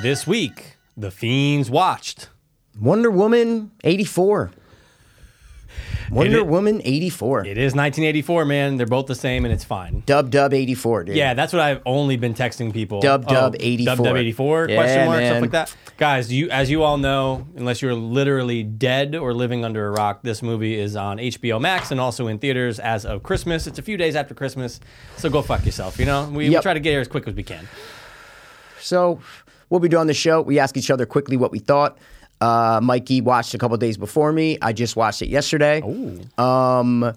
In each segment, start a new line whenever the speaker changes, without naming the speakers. This week, the fiends watched.
Wonder Woman 84. Wonder
It i-
Woman 84.
It is 1984, man. They're both the same, and it's fine.
Dub Dub 84, dude.
Yeah, that's what I've only been texting people. Oh,
Dub dub 84.
Dub dub 84
Yeah,
question mark
man.
stuff like that. Guys, you as you all know, unless you're literally dead or living under a rock, this movie is on HBO Max and also in theaters as of Christmas. It's a few days after Christmas, so go fuck yourself. You know, we, we
Yep.
try to get here as quick as we can.
So we'll be doing the show. We ask each other quickly what we thought. Uh, Mikey watched a couple days before me. I just watched it yesterday. Um,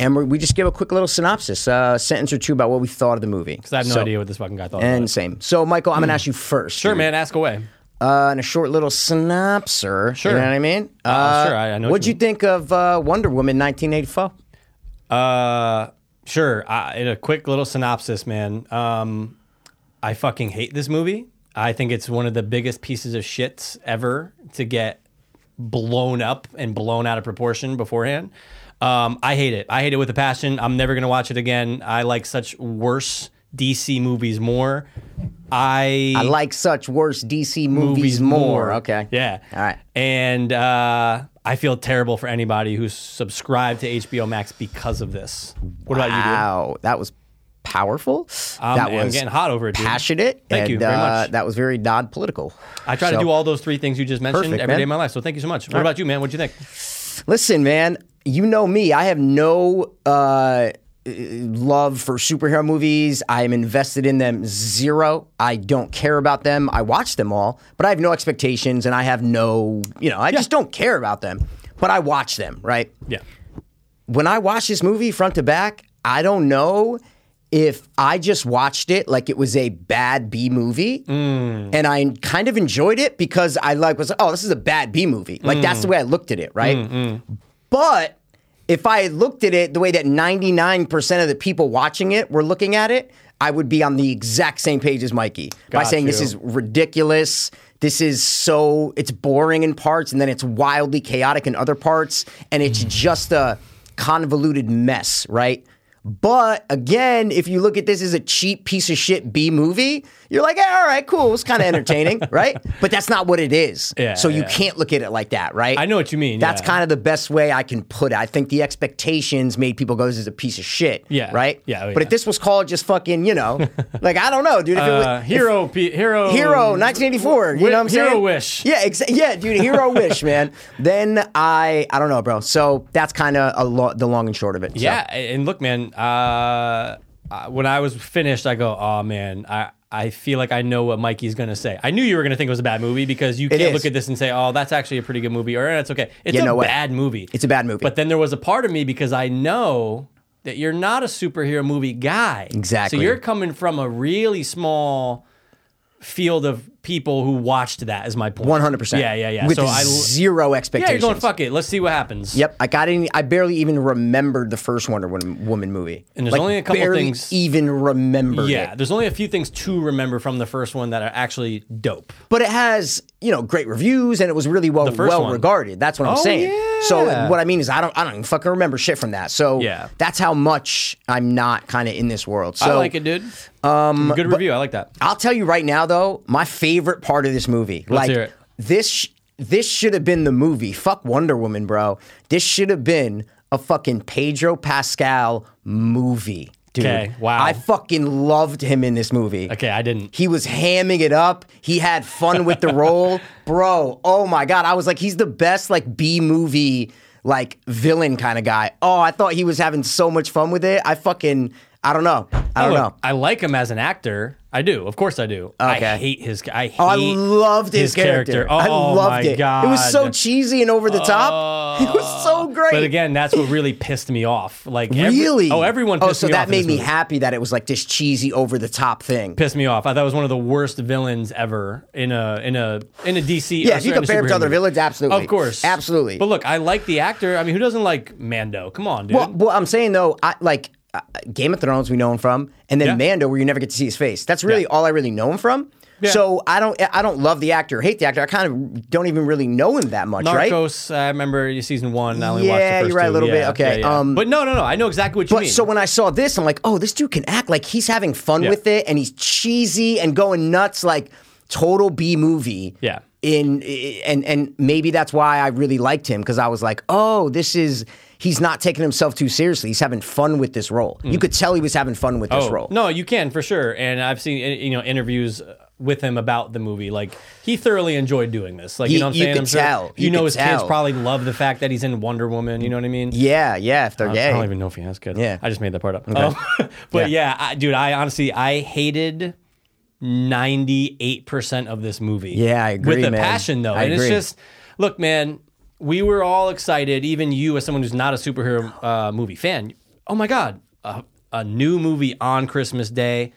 and we we just give a quick little synopsis, uh, sentence or two about what we thought of the movie.
So I have no
So-
idea what this fucking guy thought. about
And
it.
same. So, Michael, I'm going to ask you first.
Sure, man, ask away.
Uh, and a short little synopsis.
Sure.
You know what I mean? Uh,
sure, I- I know what
What'd
you
you think of uh, Wonder Woman 1984?
Uh, sure. I, in a quick little synopsis, man. Um, I fucking hate this movie. I think it's one of the biggest pieces of shits ever to get blown up and blown out of proportion beforehand. Um, I hate it. I hate it with a passion. I'm never gonna watch it again. I like such worse DC movies more. I
I like such worse DC movies, more. Okay.
yeah.
All right.
And uh, I feel terrible for anybody who's subscribed to HBO Max because of this. What about you? Dude?
Wow, that was powerful.
I'm,
that
I'm
was
getting hot over it, dude.
passionate.
Thank
and,
you very
uh,
much.
that was very non-political.
I try
So-
to do all those three things you just mentioned every
Perfect,
day
man. Uh,
of my life. So thank you so much. What about you, man? What'd you think?
Listen, man, you know me. I have no uh, love for superhero movies. I am invested in them zero. I don't care about them. I watch them all, but I have no expectations, and I have no, you know, I just don't care about them. But I watch them, right?
Yeah.
when I watched this movie front to back, I don't know if I just watched it like it was a bad B movie and I kind of enjoyed it because I like was oh this is a bad B movie. Like that's the way I looked at it, right? But if I had looked at it the way that 99% of the people watching it were looking at it, I would be on the exact same page as Mikey by
Got
saying this
you.
is ridiculous. This is so it's boring in parts and then it's wildly chaotic in other parts and
Mm.
it's just a convoluted mess, right? But again, if you look at this as a cheap piece of shit B movie, you're like, "Yeah, all right, cool. It was kind of entertaining, right? But that's not what it is.
Yeah,
so you
yeah.
can't look at it like that, right?
I know what you mean,
That's
yeah.
kind of the best way I can put it. I think the expectations made people go, this is a piece of shit.
Yeah.
Right?
Yeah, oh,
But
yeah.
if this was called just fucking, you know, like, I don't know, dude. If it was,
Uh, hero, P- hero,
Hero, 1984. You
Wi-
know what I'm saying?
Hero Wish.
Yeah, exa- yeah, dude. Hero wish, man. Then I, I don't know, bro. So that's kind of a lo- the long and short of it. So.
Yeah, and look, man. Uh, uh, when I was finished, I go, "Oh man, I I feel like I know what Mikey's gonna say." I knew you were gonna think it was a bad movie because you can't
is.
look at this and say, "Oh, that's actually a pretty good movie," or "That's okay." It's
Yeah,
a
no way.
bad movie.
It's a bad movie.
But then there was a part of me because I know that you're not a superhero movie guy.
Exactly.
So you're coming from a really small field of people who watched that. Is my point.
100%.
Yeah, yeah, yeah.
With
so I.
zero
yeah, you're
expectations.
going fuck it. Let's see what happens.
Yep, I got in. I barely even remembered the first Wonder Woman Woman movie.
And there's only a couple
barely
things-
Even remembered. it.
Yeah, there's only a few things to remember from the first one that are actually dope.
but it has you know great reviews and it was really well
first
well
one.
regarded. That's what I'm
Oh,
saying.
yeah.
So what I mean is I don't I don't even fucking remember shit from that. So
Yeah.
that's how much I'm not kind of in this world. So
I like it, dude. Um, Good review. I like that.
I'll tell you right now though, my favorite part of this movie. like
hear it.
this sh- this should have been the movie. Fuck Wonder Woman, bro. This should have been a fucking Pedro Pascal movie. Dude,
Okay, wow.
I fucking loved him in this movie.
Okay, I didn't.
He was hamming it up. He had fun with the role, bro. Oh my god, I was like, he's the best like B movie like villain kind of guy. Oh, I thought he was having so much fun with it. I fucking, I don't know. I don't know.
I like him as an actor. I do. Of course, I do. I
Okay.
hate his. I hate
Oh, I loved his, character.
Oh,
I loved
my
it.
God. Oh.
It was so cheesy and over the top. it was so great.
But again, that's what really pissed me off. Like every-
really?
oh, everyone. Pissed
Oh, so
me off
that
in
made
this
me
movie.
happy that it was like this cheesy over the top thing.
Pissed me off. I thought it was one of the worst villains ever in a in a in a DC.
Yeah,
or
if you
in a
compare him to
superhero
other
movie.
villains, absolutely.
Of course,
Absolutely.
But look, I like the actor. I mean, who doesn't like Mando? Come on, dude.
Well, well, I'm saying though, I like uh, Game of Thrones, we know him from, and then
Yeah.
Mando, where you never get to see his face. That's really
Yeah.
all I really know him from.
Yeah.
So I don't, I don't love the actor, or hate the actor. I kind of don't even really know him that much, right?
Narcos, uh, I remember season one. I only watched the
Yeah,
first
you're right, a
two.
little bit.
Yeah,
Okay,
yeah, yeah.
um,
but no, no, no. I know exactly what you
But
mean.
so when I saw this, I'm like, oh, this dude can act like he's having fun
Yeah.
with it, and he's cheesy and going nuts, like total B movie.
Yeah.
In and and maybe that's why I really liked him because I was like, oh, this is he's not taking himself too seriously. He's having fun with this role.
Mm.
You could tell he was having fun with this role.
Oh, No, you can for sure. And I've seen uh, you know interviews uh, with him about the movie. Like he thoroughly enjoyed doing this. Like you
He-
know, what I'm
you
saying,
could
I'm sure
tell.
You,
You
know,
could
his kids
tell.
probably love the fact that he's in Wonder Woman. You know what I mean?
Yeah, yeah. If they're
I
gay,
don't even know if he has kids.
Yeah.
I just made that part up. Um, but yeah, I, dude, I honestly I hated. 98% of this movie.
Yeah, I agree,
With a
man.
passion though.
I
and it's
agree.
just look, man, we were all excited, even you as someone who's not a superhero uh, movie fan. Oh my god, a, a new movie on Christmas Day.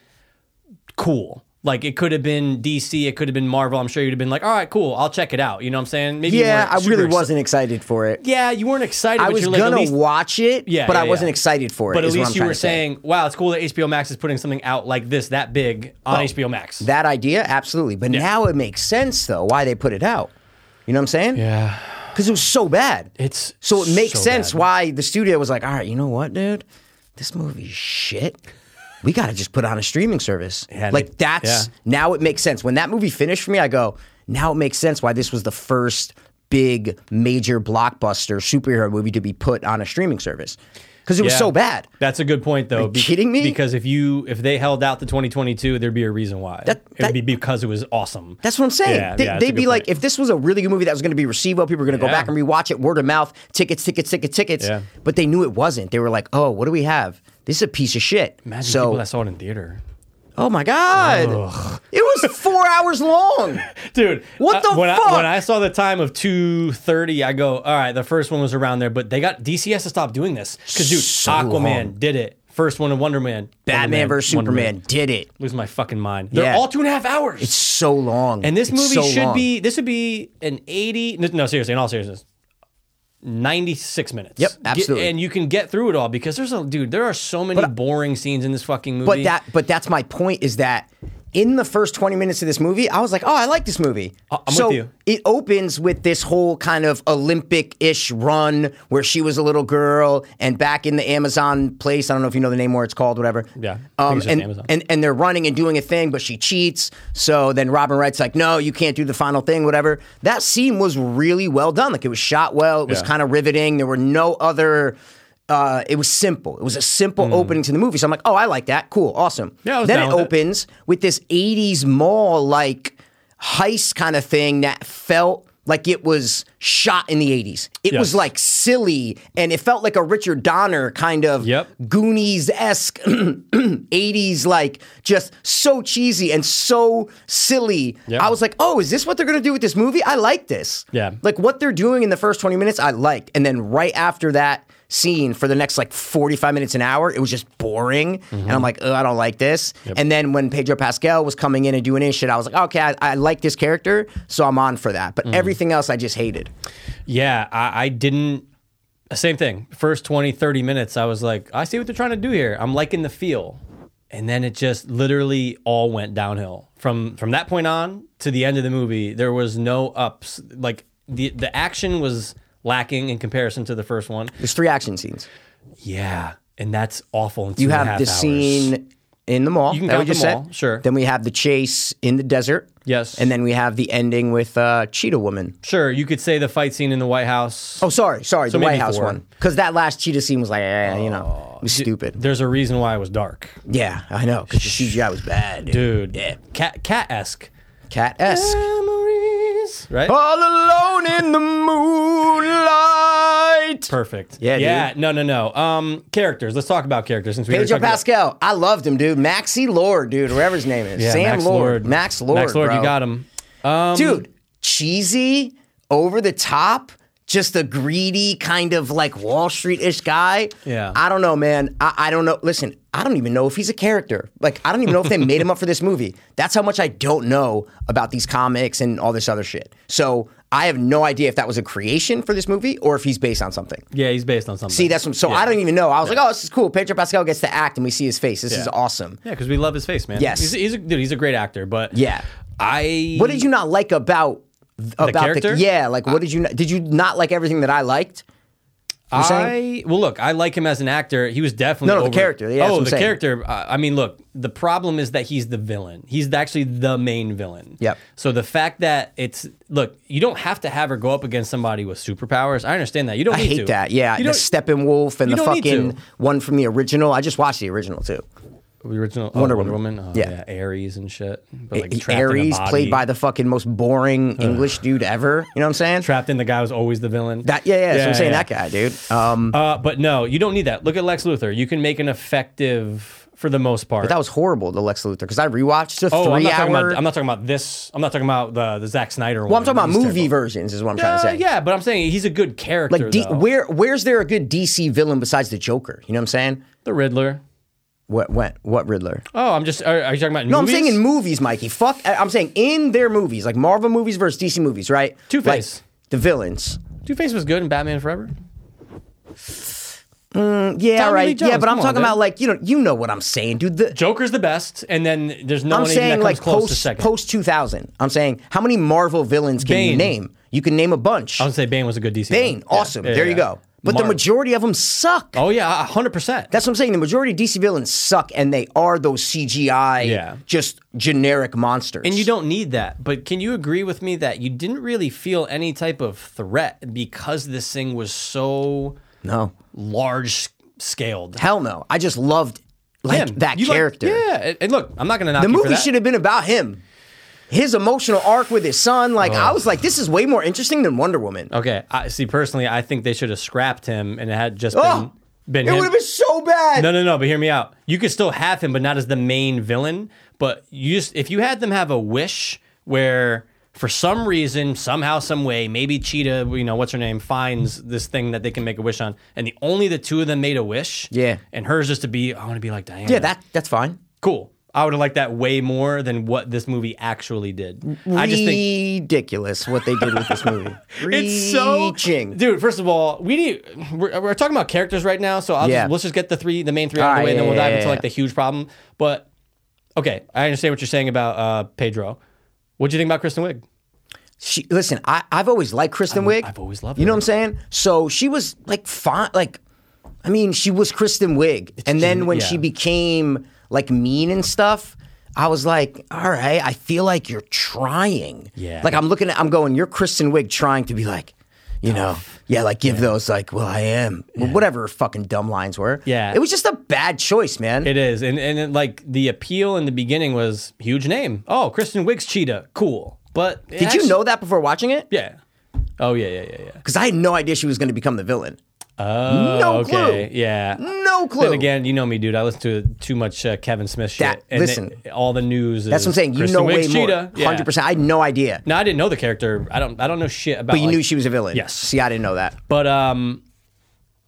Cool. Like it could have been DC, it could have been Marvel. I'm sure you'd have been like, "All right, cool. I'll check it out." You know what I'm saying? Maybe you
yeah,
weren't
I
super
really
exci-
wasn't excited for it.
Yeah, you weren't excited.
I
but
was
you're like, at
gonna
least-
watch it,
Yeah,
but I
yeah,
wasn't
yeah.
excited for it.
but at
is what
least
I'm
you
trying
were
to say.
saying, "Wow, it's cool that HBO Max is putting something out like this that big on HBO Max."
that idea, absolutely. But now it makes sense though why they put it out. You know what I'm saying?
yeah,
Because it was so bad.
it's
So it makes
so
sense
bad.
why the studio was like, all right, you know what, dude? This movie's shit. We got to just put on a streaming service.
Yeah,
like
they-
that's
yeah.
now it makes sense. When that movie finished for me, I go, now it makes sense why this was the first big major blockbuster superhero movie to be put on a streaming service. Because it was
Yeah.
so bad.
That's a good point, though. Are you
kidding me?
Because if you if they held out to 2022, there'd be a reason why.
That-
it would
that-
be because it was awesome.
That's what I'm saying.
Yeah,
they,
yeah, that's a
they'd
good
be like,
point.
if this was a really good movie that was going to be received well, people were going to go
Yeah.
back and rewatch it, word of mouth, tickets, tickets, tickets, tickets.
Yeah.
But they knew it wasn't. They were like, oh, what do we have? This is a piece of shit.
Imagine
so,
people that saw it in theater,
oh my god, it was four hours long.
dude.
What
uh,
the
when
fuck?
I, when I saw the time of 2:30, I go, all right. The first one was around there, but they got DC has to stop doing this because dude,
So
Aquaman
long.
did it. First one in Wonder Man,
Batman
Wonder
versus
Man, Wonder Man.
Superman did it.
Lose my fucking mind. They're
Yeah.
all two and a half hours.
It's so long,
And this
It's
movie
so
should
long.
be this would be an 80 no, no, seriously, in all seriousness. 96 minutes.
Yep,
Get-
absolutely.
and you can get through it all because there's a dude, there are so many boring scenes in this fucking movie.
But that, but that's my point is that in the first 20 minutes of this movie, I was like, oh, I like this movie.
Uh, I'm
so
with you.
it opens with this whole kind of Olympic ish run where she was a little girl and back in the Amazon place. I don't know if you know the name where it's called, whatever.
Yeah, I think
Um,
it's just
and,
Amazon.
and and they're running and doing a thing, but she cheats. So then Robin Wright's like, no, you can't do the final thing, whatever. That scene was really well done. Like it was shot well. It was
Yeah.
kind of riveting. There were no other. Uh, it was simple. It was a simple opening to the movie. So I'm like, oh, I like that. Cool, awesome.
Mm. Yeah, I was
then
down
it
with it.
opens with this 80s mall like heist kind of thing that felt like it was shot in the 80s. It
Yes.
was like silly and it felt like a Richard Donner kind of
Yep.
Goonies esque 80s, like just so cheesy and so silly.
Yeah.
I was like, oh, is this what they're gonna do with this movie? I like this.
Yeah.
Like what they're doing in the first 20 minutes, I liked. And then right after that scene for the next like 45 minutes an hour, it was just boring. And
Mm-hmm.
I'm like, oh, I don't like this. And then when Pedro Pascal was coming in and doing his shit, I was like, okay, I, I like this character, so I'm on for that.
Mm.
But everything else I just hated.
yeah, I, I didn't same thing. First 20, 30 minutes, I was like, I see what they're trying to do here. I'm liking the feel. And then it just literally all went downhill. From from that point on to the end of the movie, there was no ups. Like the the action was lacking in comparison to the first one.
There's three action scenes.
Yeah, and that's awful. In two
You
and a
have
half
the
hours.
scene in the mall. You
can
that we
count the
just
mall,
said.
sure.
Then we have the chase in the desert.
Yes.
And then we have the ending with uh, Cheetah Woman.
Sure, you could say the fight scene in the White House.
Oh, sorry, sorry, the
maybe
White House
four. Oh,
one. Because that last Cheetah scene was like, eh, you know, it was stupid.
There's a reason why it was dark,
Yeah, I know. Because the CGI was bad,
dude.
Yeah.
cat cat esque.
Cat esque.
Memories, right?
All alone in the moonlight.
Perfect.
Yeah,
yeah. No, no, no. Um, characters. Let's talk about characters since we already
Pedro
talked about-
Pascal, I loved him, dude. Maxi Lord, dude, whatever his name is.
Yeah,
Sam
Max
Lord. Max Lord.
Max Lord,
bro.
you got him. Um,
dude, cheesy, over the top, just a greedy kind of like Wall Street ish guy.
Yeah.
I don't know, man. I, I don't know. Listen, I don't even know if he's a character. Like, I don't even know if they made him up for this movie. That's how much I don't know about these comics and all this other shit. So I have no idea if that was a creation for this movie or if he's based on something.
Yeah, he's based on something.
See, that's what, so I don't even know. I was like, oh, this is cool. Pedro Pascal gets to act and we see his face. This is awesome.
yeah, because we love his face, man.
Yes.
he's, he's a, dude. He's a great actor, but
Yeah.
I
What did you not like about about
Mm. character?
yeah? Like, what did you not, did you not like everything that I liked? You're saying-
I well, look, I like him as an actor. He was definitely
No, no, the
over-
character. Yeah, that's what
oh,
I'm
the
saying.
character. I I mean, look, the problem is that he's the villain. He's actually the main villain.
Yep.
So the fact that it's look, you don't have to have her go up against somebody with superpowers. I understand that. You don't.
I
need
hate
to.
that. Yeah,
You
the
don't,
Steppenwolf and
you
the
don't need
fucking
to.
one from the original. I just watched the original too.
the original oh,
Wonder
Wonder,
Woman.
Woman. Oh,
Yeah.
yeah. Ares and shit. But like trapped in
Ares
a body.
played by the fucking most boring English dude ever. You know what I'm saying?
trapped in the guy was always the villain.
That yeah, yeah. that's what I'm saying
yeah.
that guy, dude. Um,
Uh, but no, you don't need that. Look at Lex Luthor. You can make an effective, for the most part.
that was horrible, the Lex Luthor, because I rewatched the
oh, I'm
three
not,
hour.
talking about, I'm not talking about this. I'm not talking about the the Zack Snyder one.
well, I'm talking about
He's
movie
terrible.
versions, is what I'm trying to
Uh,
say.
yeah, but I'm saying he's a good character.
Like, D-
though.
where where's there a good DC villain besides the Joker? You know what I'm saying?
the Riddler.
What what what Riddler?
Oh, I'm just. Are, are you talking about?
No, I'm saying in movies, Mikey. Fuck, I- I'm saying in their movies, like Marvel movies versus DC movies, right?
Two-Face.
Like, the villains.
Two Face was good in Batman Forever.
Yeah,
Tommy Lee
right. Yeah,
Jones,
but
come
I'm
on,
talking
dude.
about like you know you know what I'm saying, dude. The,
Joker's the best, and then there's no
I'm
one even that
saying
comes
like
close to
post
second.
post 2000. I'm saying how many Marvel villains can you
Bane.
name? You can name a bunch.
I would say Bane was a good DC.
Bane,
villain. Yeah,
awesome.
yeah,
there you
yeah.
go. But the
Marv.
majority of them suck.
Oh yeah, hundred percent.
That's what I'm saying. The majority of DC villains suck, and they are those CGI,
Yeah.
just generic monsters.
And you don't need that. But can you agree with me that you didn't really feel any type of threat because this thing was so
no
large scaled?
hell no. I just loved like
Him.
that
You like-
character.
yeah. and- And look, I'm not going to knock
The
you for
movie
that.
should have been about him. His emotional arc with his son. Like, I was like, this is way more interesting than Wonder Woman.
Okay. I see. Personally, I think they should have scrapped him, and it had just been
Oh,
been
It
him.
would have been so bad.
no, no, no. But hear me out. You could still have him, but not as the main villain. But you just if you had them have a wish where. For some reason, somehow, some way, maybe Cheetah, you know, what's her name, finds this thing that they can make a wish on, and the only the two of them made a wish.
Yeah.
and hers just to be, I want to be like Diana.
Yeah, that that's fine.
cool. I would have liked that way more than what this movie actually did. I just think
ridiculous what they did with this movie.
It's so
Reaching.
dude. First of all, we need we're, we're talking about characters right now, so I'll
Yeah.
just, let's just get the three, the main three out of
Alright,
the way, and then
yeah,
we'll dive
yeah,
into
yeah.
like the huge problem. But okay, I understand what you're saying about uh, Pedro. What do you think about Kristen Wiig?
She, listen, I, I've always liked Kristen Wiig.
I've always loved
You know
her.
what I'm saying? So she was like fine. Like, I mean, she was Kristen Wiig, and then
gen-
when
yeah.
she became like mean and stuff, I was like, all right, I feel like you're trying.
Yeah.
Like I'm looking at, I'm going, you're Kristen Wiig trying to be like, you know, yeah, like give those like, well, I am, whatever her fucking dumb lines were.
Yeah.
it was just a bad choice, man.
It is, and and it, like the appeal in the beginning was huge name. Oh, Kristen Wiig's Cheetah, cool. But it
Did you
actu-
know that before watching it?
Yeah. Oh yeah, yeah, yeah, yeah.
Because I had no idea she was going to become the villain.
Oh,
No
okay.
clue.
Yeah.
No clue.
Then again, you know me, dude. I listen to too much uh, Kevin Smith shit.
That-
and
listen.
it- all the news.
That's what I'm saying. You
Kristen
know
Wiig's
way more.
Cheetah. Yeah.
Hundred percent. I had no idea.
No, I didn't know the character. I don't. I don't know shit about.
But you
like-
knew she was a villain.
Yes.
See, I didn't know that.
But um,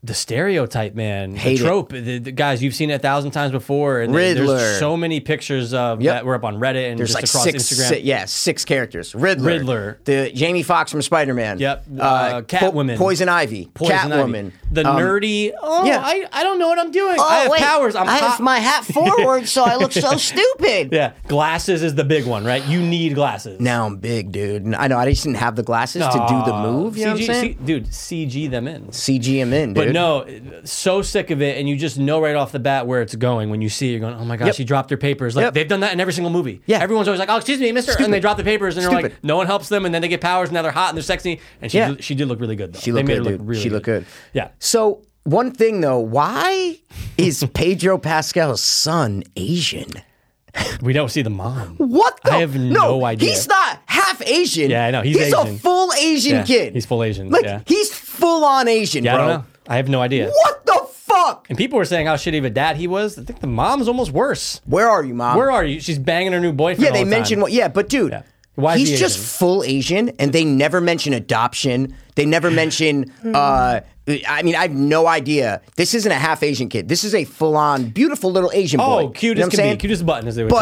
the stereotype, man,
Hate it.
the trope. The, the guys, you've seen it a thousand times before. And there-
Riddler.
There's so many pictures of
Yep.
that were up on Reddit and
There's
just
like
across
six,
Instagram.
si- yeah, six characters. Riddler,
Riddler.
the Jamie Foxx from Spider Man.
Yep.
Uh,
Uh,
Po-
Catwoman.
Poison Ivy.
Poison Ivy.
Catwoman.
The
Um,
nerdy. Oh,
yeah.
I, I don't know what I'm doing.
Oh,
I have
wait,
powers. I'm
I have
hot.
my hat forward, so I look so stupid.
yeah. Glasses is the big one, right? You need glasses.
Now I'm big, dude. And I know. I just didn't have the glasses to do the
Uh,
move. You know what I'm
CG
saying?
C- dude, CG them in.
CG him in, dude.
But no, so sick of it, and you just know right off the bat where it's going. When you see, it, you're going, "Oh my gosh,
Yep.
she dropped her papers." Like
Yep.
they've done that in every single movie.
Yeah.
everyone's always like, "Oh, excuse me, Mister," and they drop the papers, and they're
Stupid.
like, "No one helps them," and then they get powers, and now they're hot and they're sexy. And she,
Yeah.
did- she did look really good. Though.
She looked
they
good,
made her
dude.
Look really
she looked good.
Yeah,
So one thing though, why is Pedro Pascal's son Asian?
we don't see the mom.
What the?
I have no idea.
He's not half Asian.
Yeah, I know, he's
a
Asian.
full Asian
Yeah,
kid.
he's full Asian,
Like
yeah.
he's full on Asian,
Yeah,
bro.
I don't know. I have no idea.
What the fuck?
And people were saying how shitty of a dad he was. I think the mom's almost worse.
Where are you, mom?
Where are you? She's banging her new boyfriend.
yeah,
all
they
the time.
mentioned what. Yeah, but dude,
Why is
he's
he
just
Asian?
full Asian, and they never mention adoption. They never mention. uh I mean, I have no idea. This isn't a half Asian kid. This is a full on beautiful little Asian boy.
Oh, cute
You know
as
what I'm
can
saying?
be, cute as a button, as they would say.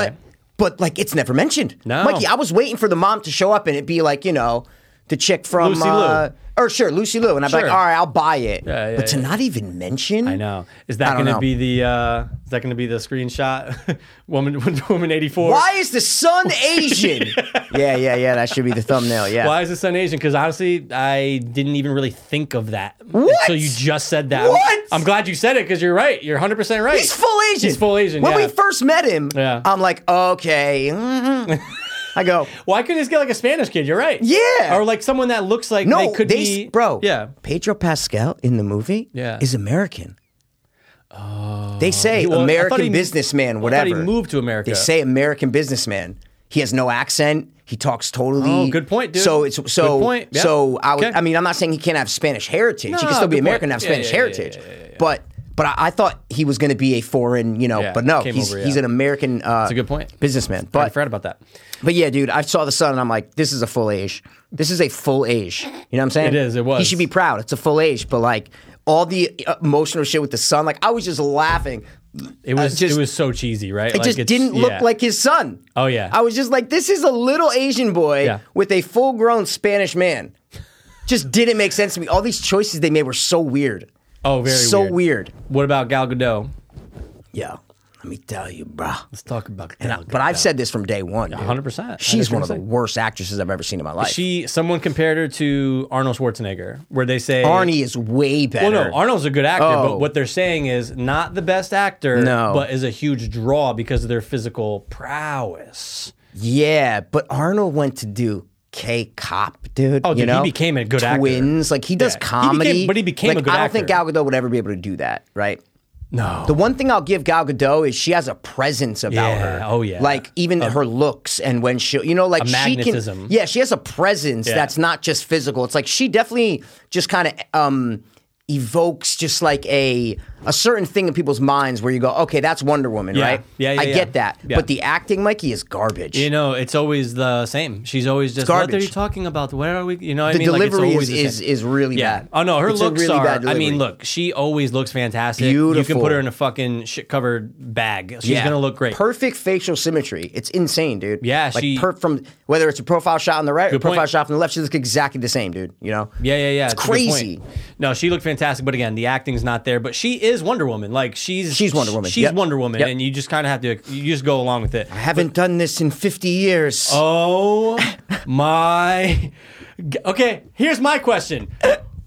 but but like it's never mentioned.
No.
Mikey, I was waiting for the mom to show up and it be like you know the chick from
Lucy Liu.
uh, or sure Lucy Liu, and I'm like,
Sure.
all right, I'll buy it.
Yeah, yeah,
but to
yeah.
not even mention,
I know. Is that going
don't
to
know.
be the? Uh, is that going to be the screenshot? woman, woman, eighty four.
Why is the sun Asian? yeah, yeah, yeah. That should be the thumbnail. Yeah.
Why is the sun Asian? Because honestly, I didn't even really think of that.
What?
So you just said that.
What?
I'm glad you said it because you're right. You're 100 percent right.
He's full Asian.
He's full Asian.
When
yeah.
we first met him,
Yeah.
I'm like, okay. mhm. I go,
Why couldn't this get like a Spanish kid? You're right.
Yeah.
Or like someone that looks like
no,
they could
they,
be.
bro.
Yeah.
Pedro Pascal in the movie
Yeah.
is American. Oh. They say
Well, I
American
thought he-
businessman,
I thought
whatever.
he moved to America.
They say American businessman. He has no accent. He talks totally.
Oh, good point, dude.
So it's so
Good point. Yeah.
so. I would.
Okay.
I mean, I'm not saying he can't have Spanish heritage. he
No,
can still be
good
American
point.
and have
Yeah,
Spanish
yeah, yeah,
heritage. But but I, I thought he was going to be a foreign, you know.
Yeah,
but no,
came
he's
over,
he's
yeah.
an American. Uh, That's
a good point.
Businessman.
I
But
forgot about that.
but yeah, dude, I saw the sun and I'm like, this is a full age. This is a full age. You know what I'm saying?
It is, it
He
was.
should be proud. It's a full age. But like all the emotional shit with the sun, like I was just laughing.
It was
just-
it was so cheesy, right?
It just didn't look like his son.
Oh, yeah.
I was just like, this is a little Asian boy
Yeah.
with a full grown Spanish man. Just didn't make sense to me. All these choices they made were so weird.
Oh, very
so
weird.
weird.
What about Gal Gadot?
Yeah. Let me tell you, bruh.
Let's talk about
And I-
Gal Gadot.
but I've said this from day one. dude.
100%.
She's one of the
100%.
worst actresses I've ever seen in my life.
she someone compared her to Arnold Schwarzenegger, where they say
Arnie is way better.
Well, no, Arnold's a good actor,
Oh.
but what they're saying is not the best actor,
No.
but is a huge draw because of their physical prowess.
Yeah, but Arnold went to do K Cop, dude.
Oh,
you
dude, he
know?
became a good actor.
Twins, like he
Yeah,
does
he became-
comedy,
but he became
like,
a good
I don't think Gal
actor.
Gadot would ever be able to do that, right?
No,
The one thing I'll give Gal Gadot is she has a presence about
Yeah,
her.
oh, yeah.
like even her looks and when she, you know, like
A
she
magnetism.
can. Yeah, she has a presence
Yeah.
that's not just physical. It's like she definitely just kind of um evokes just like a a certain thing in people's minds where you go, okay, that's Wonder Woman,
Yeah.
right?
Yeah, yeah,
I
yeah.
get that,
Yeah.
but the acting, Mikey, is garbage.
you know it's always the same. She's always just what are
garbage.
you talking about? Where are we? You know, what I
the
mean,
delivery
like, it's always
is,
the same.
is is really
yeah.
bad.
Oh no, her
It's a
looks
really
are.
bad
I
delivery.
mean, look, she always looks fantastic. You can
Beautiful.
put her in a fucking shit covered bag. She's
Yeah.
gonna look great.
Perfect facial symmetry. It's insane, dude.
Yeah,
like
she-
per, from whether it's a profile shot on the right or
point.
profile shot on the left, she looks exactly the same, dude. You know?
Yeah, yeah, yeah. It's, a good point.
crazy.
No, she looked fantastic, but again, the acting's not there. But she is Wonder Woman. Like she's
She's Wonder Woman.
She's
Yep.
Wonder Woman,
Yep.
and you just kind of have to you just go along with it.
I haven't done this in fifty years.
Oh my. g- Okay, here's my question.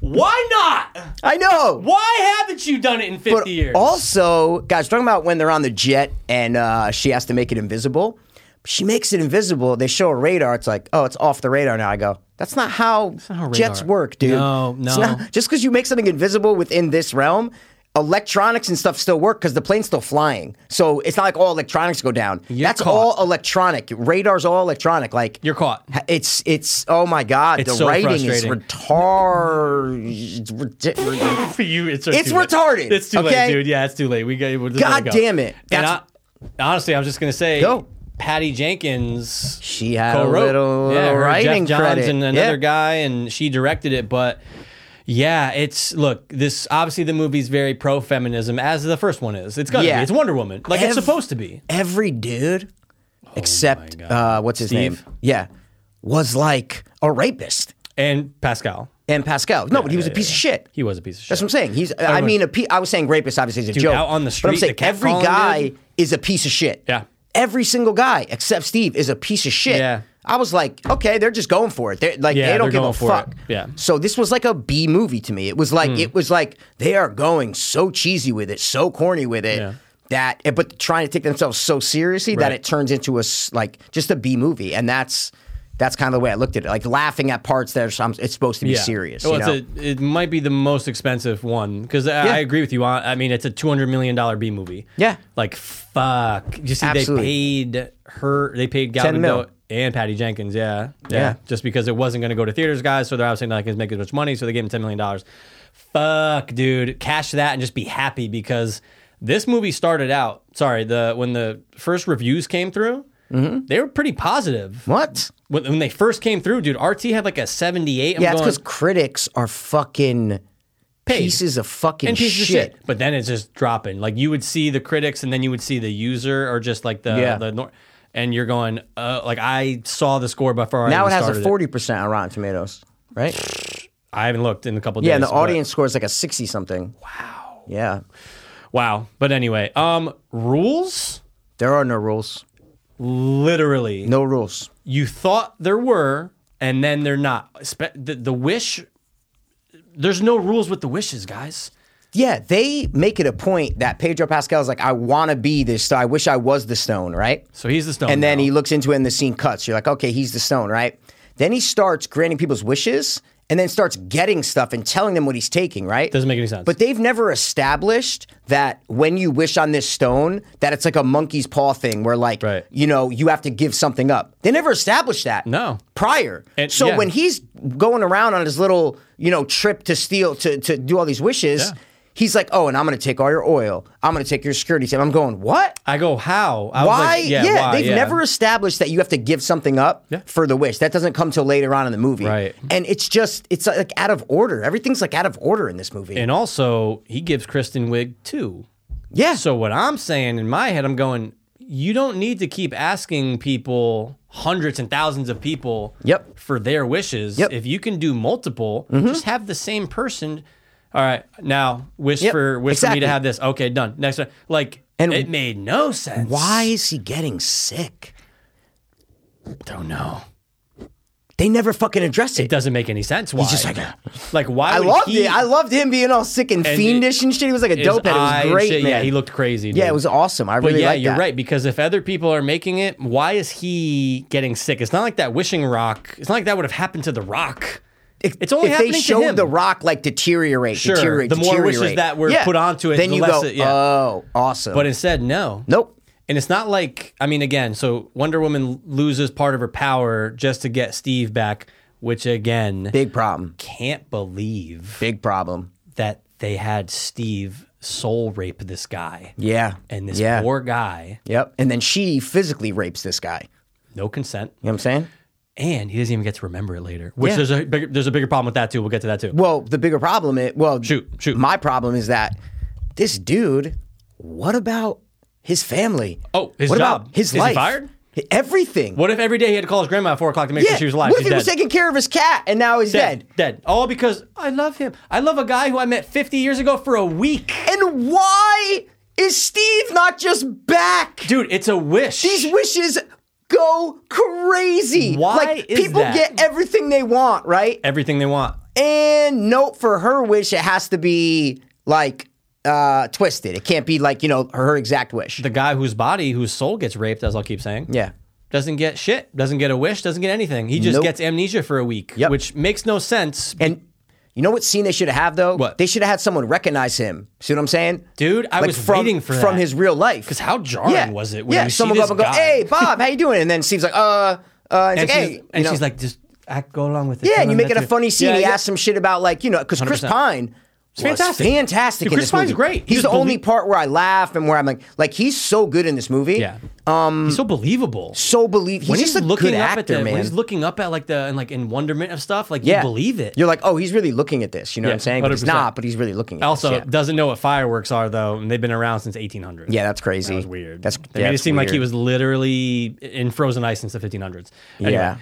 Why not?
I know.
Why haven't you done it in 50
But
years?
also, guys, talking about when they're on the jet and uh, she has to make it invisible. She makes it invisible. They show a radar. It's like, oh, it's off the radar now. I go, that's not how,
how
jets
radar-
work, dude.
No,
It's
no.
not- just because you make something invisible within this realm, electronics and stuff still work because the plane's still flying. So it's not like all electronics go down. that's
caught.
all electronic. Radar's all electronic. Like
You're caught.
Ha- It's it's oh my god, the
so
writing is
frustrating.
retard. it's ridic-
For you, it's,
It's
too late.
retarded,
It's too
okay?
late, dude. Yeah, it's too late. We got. we're just gotta
God
go.
damn it.
And
That's-
I- honestly, I was just gonna say,
Go.
Patty Jenkins.
She had a
co-wrote.
little,
yeah,
little
her,
writing
Jeff Johns
credit.
and
Yeah.
another guy, and she directed it. But yeah, it's look. This obviously the movie's very pro feminism, as the first one is. It's gonna
Yeah.
be. It's Wonder Woman, like it's
Ev-
supposed to be.
every dude except uh, what's his
Oh Steve?
name? Yeah, was like a rapist.
And Pascal,
And Pascal, no, but he was a
yeah,
piece of shit.
he was a piece of shit.
That's what I'm saying. He's, I mean, a pe- I was saying rapist obviously is a joke.
out on the
but I'm
street,
saying
the cat
every
calling,
guy
dude.
is a piece of shit.
Yeah.
Every single guy except Steve is a piece of shit.
Yeah.
I was like, okay, they're just going for it. They're like,
Yeah,
they don't
they're
give a
going for it.
fuck.
Yeah. Hmm.
So this was like a B movie to me. It was like, it was like they are going so cheesy with it, so corny with it.
Yeah.
That, eh, but trying to take themselves so seriously that
Right.
it turns into a s- like just a B movie, and that's that's kind of the way I looked at it. Like laughing at parts that are, some- it's supposed to be
Yeah.
serious.
Well,
you know?
it's a, it might be the most expensive one because I, I agree with you. On, I mean, it's a two hundred million dollar B movie.
Yeah.
like fuck. You see,
Absolutely.
they paid her. They paid Gal
10 mil.
Gadot and Patty Jenkins. Yeah, yeah,
Yeah.
Just because it wasn't going to go to theaters, guys. So they're obviously not going to make as much money. So they gave him ten million dollars. Fuck, dude, cash that and just be happy because this movie started out. Sorry, the when the first reviews came through, they were pretty positive.
Mm-hmm. what?
When, when they first came through, dude, RT had like a seventy-eight. I'm
Yeah, it's
going,
because critics are fucking
Paid.
pieces of fucking
and pieces
shit.
of shit. But then it's just dropping. Like you would see the critics, and then you would see the user, or just like the
Yeah.
the nor- and you're going uh, like I saw the score before. I
Now
even
it has a
started
forty percent on Rotten Tomatoes. right?
I haven't looked in a couple days.
Yeah, and the
but-
audience score is like a 60 something. Wow. Yeah.
Wow. But anyway, um, rules.
There are no rules.
Literally,
No rules.
you thought there were, and then they're not. Spe- The, the wish. There's no rules with the wishes, guys.
Yeah, they make it a point that Pedro Pascal is like, I want to be this. So I wish I was the stone, right?
So he's the stone.
And then
now.
he looks into it and the scene cuts. You're like, okay, he's the stone, right? Then he starts granting people's wishes and then starts getting stuff and telling them what he's taking, right?
doesn't make any sense.
But they've never established that when you wish on this stone, that it's like a monkey's paw thing where, like,
Right.
you know, you have to give something up. They never established that.
No.
Prior.
And-
so
yeah.
when he's going around on his little, you know, trip to steal, to, to do all these wishes,
Yeah.
he's like, oh, and I'm going to take all your oil. I'm going to take your security. And I'm going, what?
I go how? I was
why?
like, yeah, why?
they've
Yeah.
never established that you have to give something up
Yeah.
for the wish. That doesn't come till later on in the movie,
Right.
And it's just it's like out of order. Everything's like out of order in this movie.
And also, he gives Kristen Wiig two.
yeah,
So what I'm saying in my head, I'm going, you don't need to keep asking people, hundreds and thousands of people,
Yep.
for their wishes.
Yep. Mm-hmm.
If you can do multiple, just have the same person. All right, now wish
Yep,
for wish for me
exactly.
to have this. Okay, done. Next one. Like
And
it made no sense.
why is he getting sick?
Don't know.
They never fucking address
It
it.
doesn't make any sense. Why?
just like,
like why?
I
would
loved
he,
it. I loved him being all sick and,
it-
fiendish and shit. He was like a
his
dope head. It
eye and
was great,
shit.
man.
Yeah, he looked crazy.
Yeah,
dude.
it was awesome. I
But
really
yeah,
like
you're
that.
right because if other people are making it, why is he getting sick? It's not like that wishing rock. It's not like that would have happened to the rock. it's only
if
happening
they showed
to him.
the rock like deteriorate,
Sure,
deteriorate,
the more wishes
deteriorate.
that were
Yeah.
put onto it,
then
the
you
less
go,
it- yeah.
oh, awesome.
but instead, no.
nope.
And it's not like I mean, again, so Wonder Woman loses part of her power just to get Steve back, which again,
Big problem.
can't believe
Big problem.
that they had Steve soul rape this guy.
Yeah.
And this
yeah.
poor guy,
Yep. And then she physically rapes this guy. You
no consent.
know what I'm saying?
and he doesn't even get to remember it later. Which
Yeah.
there's a bigger, there's a bigger problem with that too. We'll get to that too.
Well, the bigger problem is well
Shoot, shoot.
My problem is that this dude, what about his family?
Oh, his
what
job.
about his
Is he
life?
fired?
Everything.
What if every day he had to call his grandma at four o'clock to make
yeah.
sure she was alive?
What if
She's
he
dead.
was taking care of his cat and now he's
dead,
dead?
dead. All because I love him. I love a guy who I met 50 years ago for a week.
And why is Steve not just back?
Dude, it's a wish.
These wishes go crazy.
Why
like
is
people
that?
get everything they want, right?
Everything they want.
And note for her wish, it has to be like uh twisted. It can't be like, you know, her exact wish.
The guy whose body, whose soul gets raped, as I'll keep saying.
yeah.
Doesn't get shit. Doesn't get a wish. Doesn't get anything. He just
Nope.
gets amnesia for a week,
Yep.
which makes no sense.
And you know what scene they should have though?
What?
They should have had someone recognize him. See what I'm saying?
Dude, I was
from,
waiting for
from
that.
his real life.
Because how jarring
yeah.
was it when
yeah.
you
someone
see
go
this
up and go,
guy?
"Hey, Bob, how you doing?" And then Steve's like, "Uh." Uh, it's
and
like,
she's,
hey, you
and
know.
she's like, just act, go along with it.
Yeah,
Tell
and you
him
make it
that
a
too.
funny scene.
Yeah,
he
yeah.
asks some shit about like you know because Chris
100%.
Pine. was
fantastic.
fantastic.
Dude,
in
Chris
this
Pine's
movie.
great.
He's
He's
the only
belie-
part where I laugh and where I'm like, like he's so good in this movie.
Yeah. Um, he's so believable.
so believe. He's
when
just
he's
a
looking
good
up
actor,
at the,
man.
when he's looking up at like the and like in wonderment of stuff, like
yeah,
you believe it.
You're like, oh, he's really looking at this. You know what
Yeah,
I'm saying? But he's
100%.
not, but he's really looking. at
also,
this, yeah.
doesn't know what fireworks are though, and they've been around since 1800.
yeah, that's crazy.
that was weird.
That's
they
yeah,
made it
that's
seem like he
weird.
was literally in frozen ice since the 1500s. Anyway,
Yeah.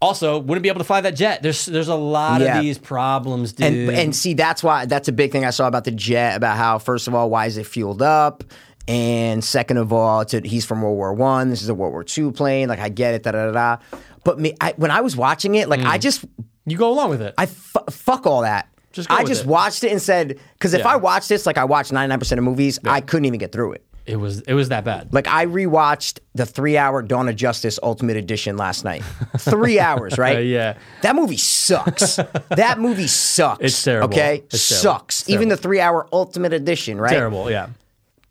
Also, wouldn't be able to fly that jet. There's there's a lot
Yeah.
of these problems, dude.
And, and see, that's why that's a big thing I saw about the jet. About how, first of all, why is it fueled up? And second of all, it's a, he's from World War One. This is a World War Two plane. Like I get it, da da da. da. But me, I, when I was watching it, like I
Mm.
just,
you go along with it.
I fu- fuck all that.
Just go
I
with
just
it.
watched it and said, because if
Yeah.
I watched this, like I watched ninety nine percent of movies, I couldn't even get through it.
it was it was that bad.
Like I rewatched the three hour Dawn of Justice Ultimate Edition last night. Three hours, right?
yeah.
That movie sucks. that movie sucks.
It's terrible.
Okay?
It's terrible.
sucks.
It's
Even
terrible.
the three hour Ultimate Edition, right?
Terrible. Yeah.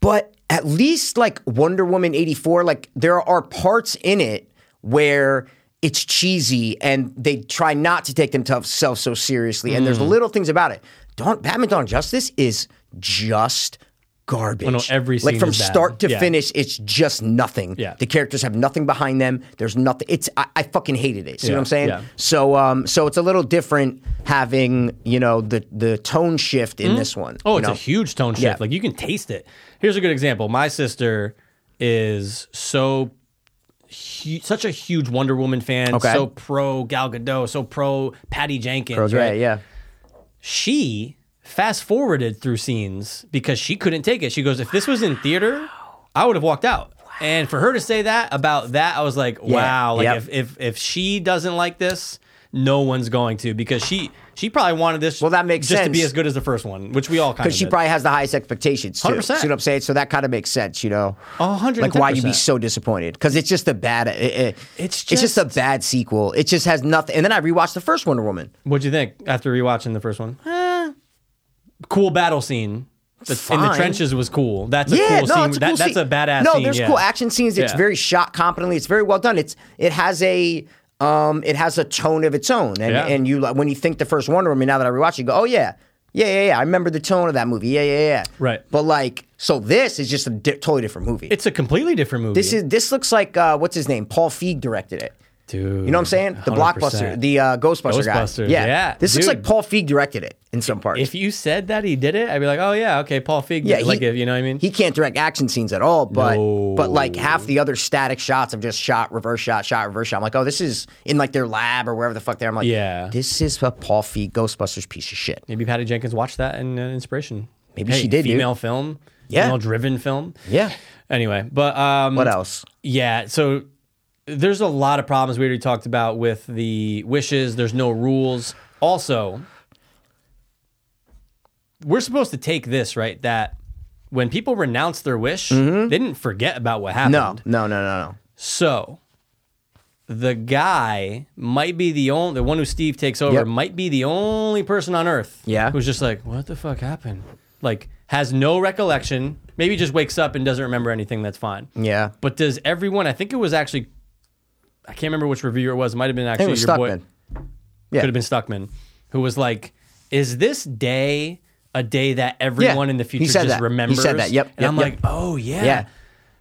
But at least like Wonder Woman 84, like there are parts in it where it's cheesy and they try not to take themselves so seriously. And there's
Mm.
little things about it. Dawn, Batman Dawn of Justice is just garbage.
no, every
like
scene
from
is bad.
start to
Yeah.
finish, it's just nothing.
Yeah.
The characters have nothing behind them. There's nothing. It's I, I fucking hated it. See
Yeah,
what I'm saying?
yeah.
So um so it's a little different having, you know, the the tone shift in this one.
Oh,
you
it's
know?
a huge tone shift.
Yeah.
Like you can taste it. Here's a good example. My sister is so hu- such a huge Wonder Woman fan,
Okay.
so pro Gal Gadot, so pro Patty Jenkins.
Pro Dre, yeah.
She fast forwarded through scenes because she couldn't take it. She goes, "If this was in theater, I would have walked out." And for her to say that about that, I was like, "Wow!" Like
yep.
if, if if she doesn't like this, no one's going to because she she probably wanted this.
Well, that makes
just to be
sense.
as good as the first one, which we all kind of
Because she
did.
probably has the highest expectations too.
100%.
See what I'm saying? So that kind of makes sense, you know.
Oh, 110%.
Like why you'd be so disappointed because it's just a bad. It, it-
It's
it's just a
just-
bad sequel. It just has nothing. And then I rewatched the first Wonder Woman.
What'd you think after rewatching the first one? cool battle scene. The- in the
Fine.
trenches was cool. That's a
yeah,
cool
no,
scene.
it's a
That-
cool
that's
scene.
a badass
no,
scene.
there's
yeah.
cool action scenes. It's
Yeah.
very shot competently. It's very well done. It's it has a um it has a tone of its own. And
Yeah.
and you like when you think the first Wonder Woman, now that I rewatch, it, you go, oh yeah, yeah, yeah, yeah. I remember the tone of that movie. Yeah, yeah, yeah.
Right.
But like, so this is just a di- totally different movie.
It's a completely different movie.
this is this looks like uh, what's his name? Paul Feig directed it.
Dude,
You know what I'm saying? The
100%.
blockbuster, the uh, Ghostbuster guy.
Ghostbusters, yeah.
This looks
Dude.
like Paul Feig directed it in some parts.
If you said that he did it, I'd be like, oh yeah, okay, Paul Feig. Yeah,
he-
like if you know what I mean.
He can't direct action scenes at all, but
No.
but like half the other static shots of just shot, reverse shot, shot, reverse shot. I'm like, oh, this is in like their lab or wherever the fuck they're. I'm like,
Yeah.
this is a Paul Feig Ghostbusters piece of shit.
Maybe Patty Jenkins watched that and uh, inspiration.
Maybe
Hey,
she did, dude.
Female film.
Yeah.
Female driven film.
Yeah.
Anyway, but um,
What else?
Yeah, so there's a lot of problems we already talked about with the wishes. There's no rules. Also, we're supposed to take this right that when people renounce their wish, they didn't forget about what happened.
No, no, no, no, no.
So the guy might be the only the one who Steve takes over
Yep.
might be the only person on earth
Yeah.
who's just like, what the fuck happened? Like has no recollection, maybe just wakes up and doesn't remember anything, that's fine.
Yeah.
But does everyone I think it was actually I can't remember which reviewer it was, it might have been actually
It was
your boy
Stuckman. Yeah.
could have been Stuckman, who was like, "Is this day a day that everyone in the
he
future
said
just
that. He
remembers?"
said that. Yep,
And
yep,
I'm
yep.
like, "Oh yeah,
Yeah.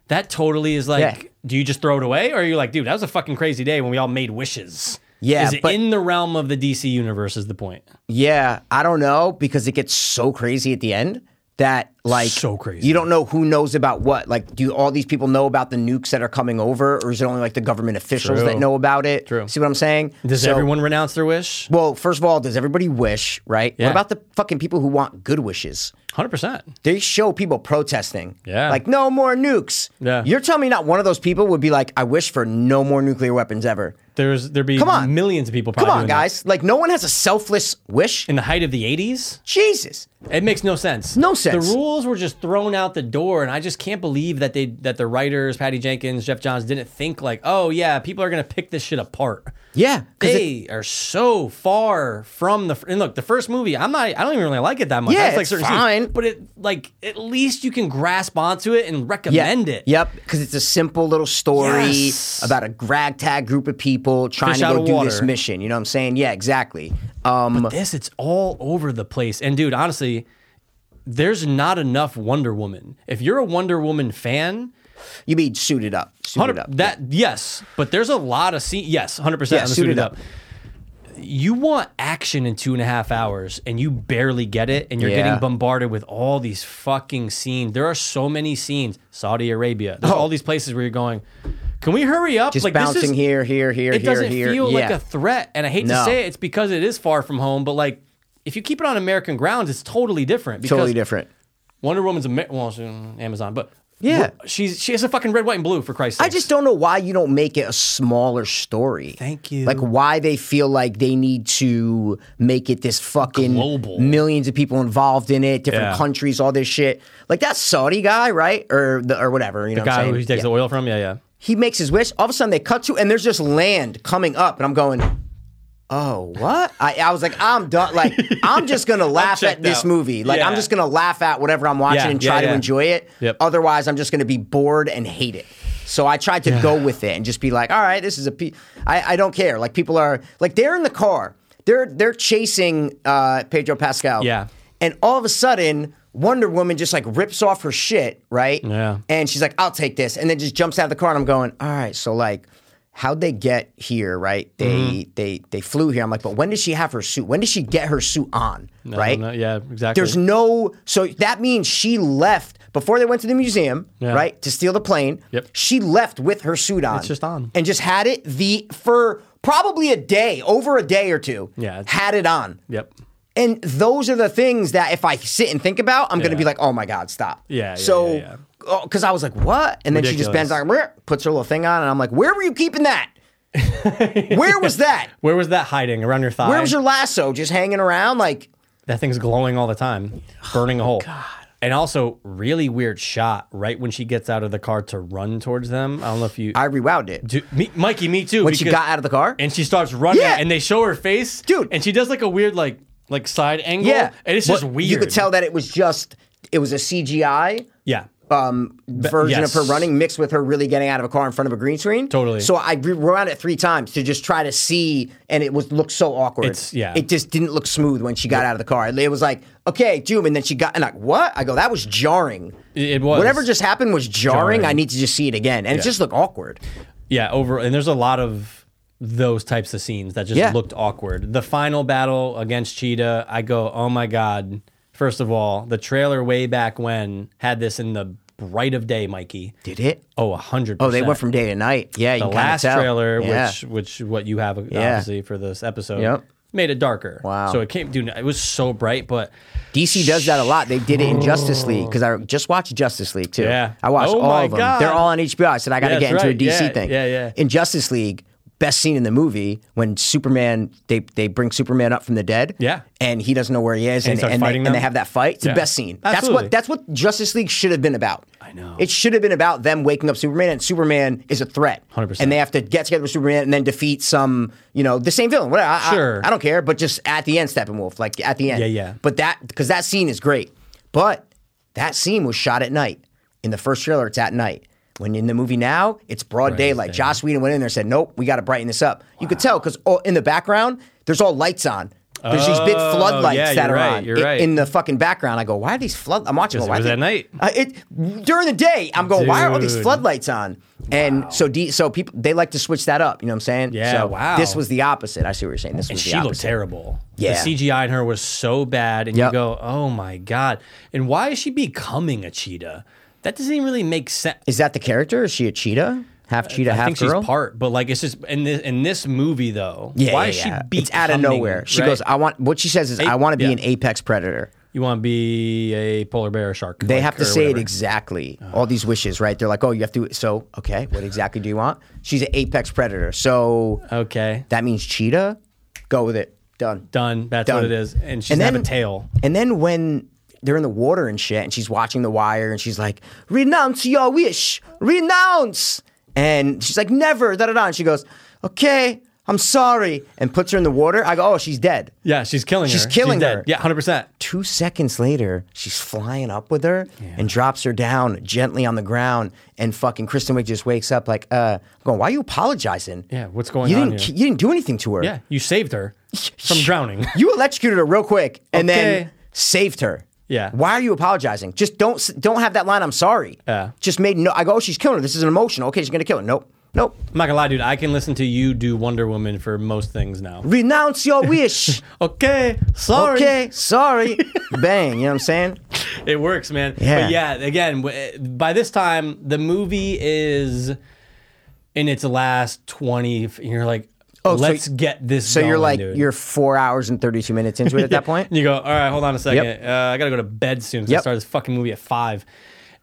that totally is like."
Yeah.
Do you just throw it away, or are you like, "Dude, that was a fucking crazy day when we all made wishes"?
Yeah,
is it
but-
in the realm of the DC universe? Is the point?
Yeah, I don't know because it gets so crazy at the end that like
So crazy.
You don't know who knows about what. Like, do all these people know about the nukes that are coming over, or is it only like the government officials
True.
that know about it?
True.
See what I'm saying?
Does
So-
everyone renounce their wish?
Well, first of all, does everybody wish? Right?
Yeah.
What about the fucking people who want good wishes?
Hundred percent.
They show people protesting.
Yeah.
Like no more nukes.
Yeah.
You're telling me not one of those people would be like, I wish for no more nuclear weapons ever.
There's there'd be
Come on.
millions of people. Probably
Come on,
doing that.
guys. Like no one has a selfless wish.
In the height of the '80s,
Jesus.
It makes no sense.
No sense.
The rules were just thrown out the door, and I just can't believe that they that the writers, Patty Jenkins, Jeff Johns, didn't think like, oh yeah, people are gonna pick this shit apart.
Yeah. 'cause it-
They are so far from the. And look, the first movie, I'm not. I don't even really like it that much.
Yeah,
I just like
it's
certain scenes.
fine.
but it like at least you can grasp onto it and recommend it.
Yep, because it's a simple little story
Yes.
about a grag tag group of people trying
Fish
to
out
go
of
do
water.
this mission. You know what I'm saying? Yeah, exactly. Um,
This it's all over the place. And dude, honestly, there's not enough Wonder Woman. If you're a Wonder Woman fan,
you mean suited up, suited
Hundred-
up.
That yes, but there's a lot of scene. Yes, hundred percent.
Yeah,
on the
suit
suited
it
up.
up.
You want action in two and a half hours, and you barely get it, and you're
Yeah.
getting bombarded with all these fucking scenes. There are so many scenes. Saudi Arabia. There's all these places where you're going. Can we hurry up?
Oh. Just bouncing here, here, here,
It
here,
doesn't
here.
feel like
Yeah.
a threat, and I hate to
No.
say it, it's because it is far from home. But like, if you keep it on American grounds, it's totally different. Because
totally different.
Wonder Woman's Amer- well, she's on Amazon, but
Yeah.
she's she has a fucking red, white, and blue for Christ's sake.
I just don't know why you don't make it a smaller story.
Thank you.
Like why they feel like they need to make it this fucking
Global.
millions of people involved in it, different
Yeah.
countries, all this shit. Like that Saudi guy, right? Or the, or whatever. You know what I'm
guy
saying?
who he takes
Yeah.
the oil from. Yeah, yeah.
he makes his wish. All of a sudden, they cut to, and there's just land coming up, and I'm going, "Oh, what?" I, I was like, "I'm done. Like, I'm just gonna laugh at
checked
this
out.
movie. Like, I'm
Yeah.
just gonna laugh at whatever I'm watching
Yeah,
and
yeah,
try to
yeah.
enjoy it.
Yep.
Otherwise, I'm just gonna be bored and hate it." So I tried to go with it and just be like, "All right, this is a pe- I, I don't care. Like, people are like, they're in the car. They're they're chasing uh, Pedro Pascal.
Yeah.
And all of a sudden, Wonder Woman just like rips off her shit, right?
Yeah.
And she's like, I'll take this. And then just jumps out of the car. And I'm going, all right, so like, how'd they get here, right? They
Mm-hmm.
they they flew here. I'm like, but when did she have her suit? When did she get her suit on? right?
No, yeah, exactly.
There's no so that means she left before they went to the museum,
Yeah.
right? To steal the plane.
Yep.
She left with her suit on. It's
just on.
And just had it the for probably a day, over a day or two.
Yeah.
Had it on.
yep.
And those are the things that if I sit and think about, I'm going to
Yeah.
be like, oh my God, stop.
Yeah, yeah,
So,
yeah,
because I was like, what? And then she just
Ridiculous.
bends on, puts her little thing on, and I'm like, where were you keeping that? where was that?
Where was that hiding around your thigh?
Where was your lasso just hanging around? Like,
That thing's glowing all the time, burning a
Oh,
hole. And also, really weird shot right when she gets out of the car to run towards them. I don't know if you,
I rewound it.
Do- me, Mikey, me too.
When she got out of the car?
and she starts running,
Yeah.
and they show her face,
Dude.
and she does like a weird like like side angle.
yeah.
and it's just
But
weird.
You could tell that it was just, it was a CGI.
Yeah,
um, version
yes.
of her running mixed with her really getting out of a car in front of a green screen.
Totally.
So I re- rewound it three times to just try to see, and it was looked so awkward.
It's- yeah.
It just didn't look smooth when she got out of the car. It was like, okay, Doom, and then she got, and like, what? I go, that was jarring.
It- it was.
Whatever just happened was jarring.
Jarring.
I need to just see it again, and it just looked awkward.
yeah. Over and there's a lot of those types of scenes that just
Yeah.
looked awkward. The final battle against Cheetah, I go, oh my god. First of all, the trailer way back when had this in the bright of day, Mikey.
Did it?
Oh, a hundred.
Oh, they went from day to night. Yeah, you
the
can kinda
last
tell.
trailer,
Yeah.
which which what you have obviously for this episode,
Yep.
made it darker.
Wow.
So it came, dude. It was so bright, but
DC does that a lot. They did it in Justice League because I just watched Justice League too.
Yeah.
I watched
Oh
all
my
of them.
God.
They're all on HBO. I said I got to
Yeah,
get
that's
into a
right.
DC
Yeah,
thing.
yeah, yeah.
In Justice League, best scene in the movie when Superman they they bring Superman up from the dead.
Yeah.
and he doesn't know where he is, and,
he starts
and, they,
fighting
and they
them?
have that fight. It's
Yeah.
the best scene.
Absolutely.
That's what that's what Justice League should have been about. I
know.
It should have been about them waking up Superman, and Superman is a threat.
100%.
And they have to get together with Superman and then defeat some, you know, the same villain. Whatever. I- I-
Sure.
I, don't care, but just at the end, Steppenwolf, like at the end.
Yeah, yeah.
But that because that scene is great. But that scene was shot at night. In the first trailer, it's at night. When in the movie now, it's broad daylight. Joss Whedon went in there and said, "Nope, we got to brighten this up." You could tell because in the background, there's all lights on. There's these big
Oh,
floodlights
yeah,
that
you're
are
right,
on
you're
i-
right.
in the fucking background. I go, "Why are these flood?" I'm watching. I go,
it
Why
was
are
at
they-
night.
Uh, it during the day. I'm going, "Why are all these
Dude.
floodlights on?" And so, D, so people they like to switch that up. You know what I'm saying?
Yeah,
So
wow.
This was the opposite. I see what you're saying. This was the
she
opposite.
looked terrible.
Yeah.
The CGI in her was so bad, and
Yep.
you go, oh my god. And why is she becoming a cheetah? That doesn't even really make sense.
Is that the character? Is she a cheetah? Half cheetah,
Uh, I
half
think
girl?
she's part, but like it's just in this in this movie though.
yeah,
why
yeah,
is she
yeah.
becoming?
It's out of nowhere. She
right?
goes, I want what she says is I want to be
yeah.
an apex predator.
you want to be a polar bear or shark?
They
like,
have to
or
say
whatever.
it exactly. All these wishes, right? They're like, Oh, you have to so okay, what exactly do you want? She's an apex predator. So
Uh, Okay,
that means cheetah? Go with it. Done.
done. That's
Done.
what it is. And she's have a tail.
And then when they're in the water and shit, and she's watching the wire, and she's like, "Renounce your wish, renounce." And she's like, "Never." Da da da. And she goes, "Okay, I'm sorry," and puts her in the water. I go, "Oh, she's dead."
Yeah, she's killing
She's
her.
killing
dead.
her.
Yeah, hundred percent.
Two seconds later, she's flying up with her and drops her down gently on the ground. And fucking Kristen Wiig just wakes up like, "Uh, I'm going, why are you apologizing?
Yeah, what's going
you
on
Didn't,
here?
You didn't do anything to her.
Yeah, you saved her from drowning.
You electrocuted her real quick and
Okay.
then saved her.
Yeah.
Why are you apologizing? Just don't s- don't have that line. I'm sorry.
Yeah.
Just made no. I go. Oh, she's killing her. This is an emotional. Okay, she's gonna kill her. Nope. Nope.
I'm not gonna lie, dude. I can listen to you do Wonder Woman for most things now.
Renounce your wish.
Okay, sorry.
okay. Sorry. Bang. You know what I'm saying?
It works, man.
Yeah.
But yeah, again, w- by this time, the movie is in its last 20. f- You're like,
Oh, so
let's
y-
get this
So you're
going,
like
dude.
you're four hours and thirty two minutes into it at that point.
And you go, all right, hold on a second.
Yep.
Uh, I got to go to bed soon 'cause I
Yep.
started this fucking movie at five.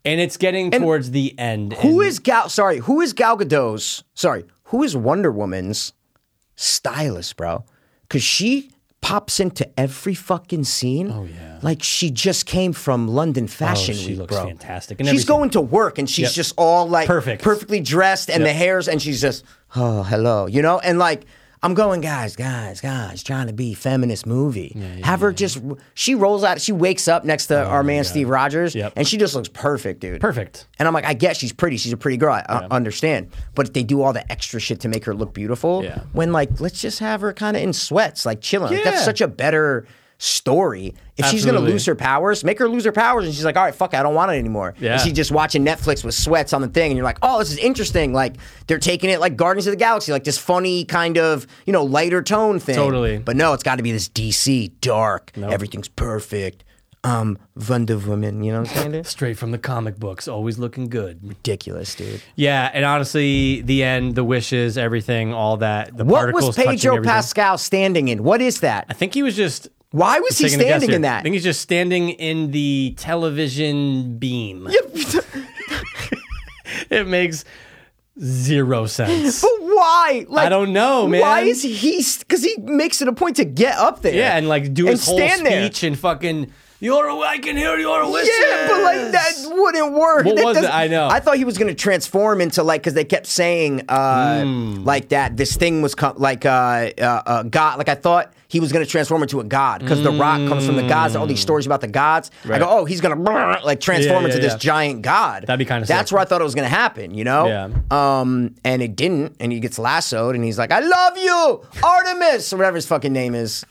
And it's getting towards the end.
Who
and
is Gal? Sorry. Who is Gal Gadot's? Sorry. Who is Wonder Woman's stylist, bro? Because she pops into every fucking scene. Oh
yeah. Oh,
Like she just came from London Fashion
she
Week,
looks
bro.
fantastic in every
she's
scene.
going to work and she's
Yep.
just all like
Perfect.
perfectly dressed, and the hairs, and she's just oh hello, you know, and like. I'm going, guys, guys, guys, trying to be feminist movie. Have her just, she rolls out, she wakes up next to our man Steve Rogers,
Oh, Yep.
and she just looks perfect, dude.
Perfect.
And I'm like, I guess she's pretty. She's a pretty girl. I I understand. But they do all the extra shit to make her look beautiful.
Yeah.
When like, let's just have her kind of in sweats, like chilling. Like,
Yeah.
that's such a better story. If she's going to
Absolutely.
lose her powers, make her lose her powers. And she's like, all right, fuck it, I don't want it anymore.
Yeah.
And she's just watching Netflix with sweats on the thing. And you're like, oh, this is interesting. Like, they're taking it like Guardians of the Galaxy, like this funny kind of, you know, lighter tone thing.
Totally.
But no, it's got to be this DC, dark, everything's perfect. Um, Wonder Woman, you know what I'm saying? dude?
Straight from the comic books, always looking good.
Ridiculous, dude.
Yeah, and honestly, the end, the wishes, everything, all that. The
What
particles
was
touching
Pedro
everything.
Pascal standing in? What is that?
I think he was just
Why was he
taking a guess
standing
here.
in
I
that?
think he's just standing in the television beam. It makes zero sense.
But why? Like,
I don't know, man.
Why is he? Because he makes it a point to get up there.
yeah, and like do
and
his whole
stand there.
speech and fucking you're a- I can hear your wishes.
Yeah, but like that wouldn't work.
What
That
was it?
doesn't-
I know.
I thought he was gonna transform into like because they kept saying uh,
Mm.
like that. This thing was com- like uh, uh, uh, God. Like I thought he was gonna transform into a god because the rock comes from the gods. All these stories about the gods. I
Mm. Right.
go, oh, he's gonna brrr, like transform
Yeah,
into
yeah,
this
yeah.
giant god.
That'd be kinda
That's
sick.
where I thought it was gonna happen. You know.
Yeah.
Um, and it didn't. And he gets lassoed, and he's like, I love you, Artemis, or whatever his fucking name is.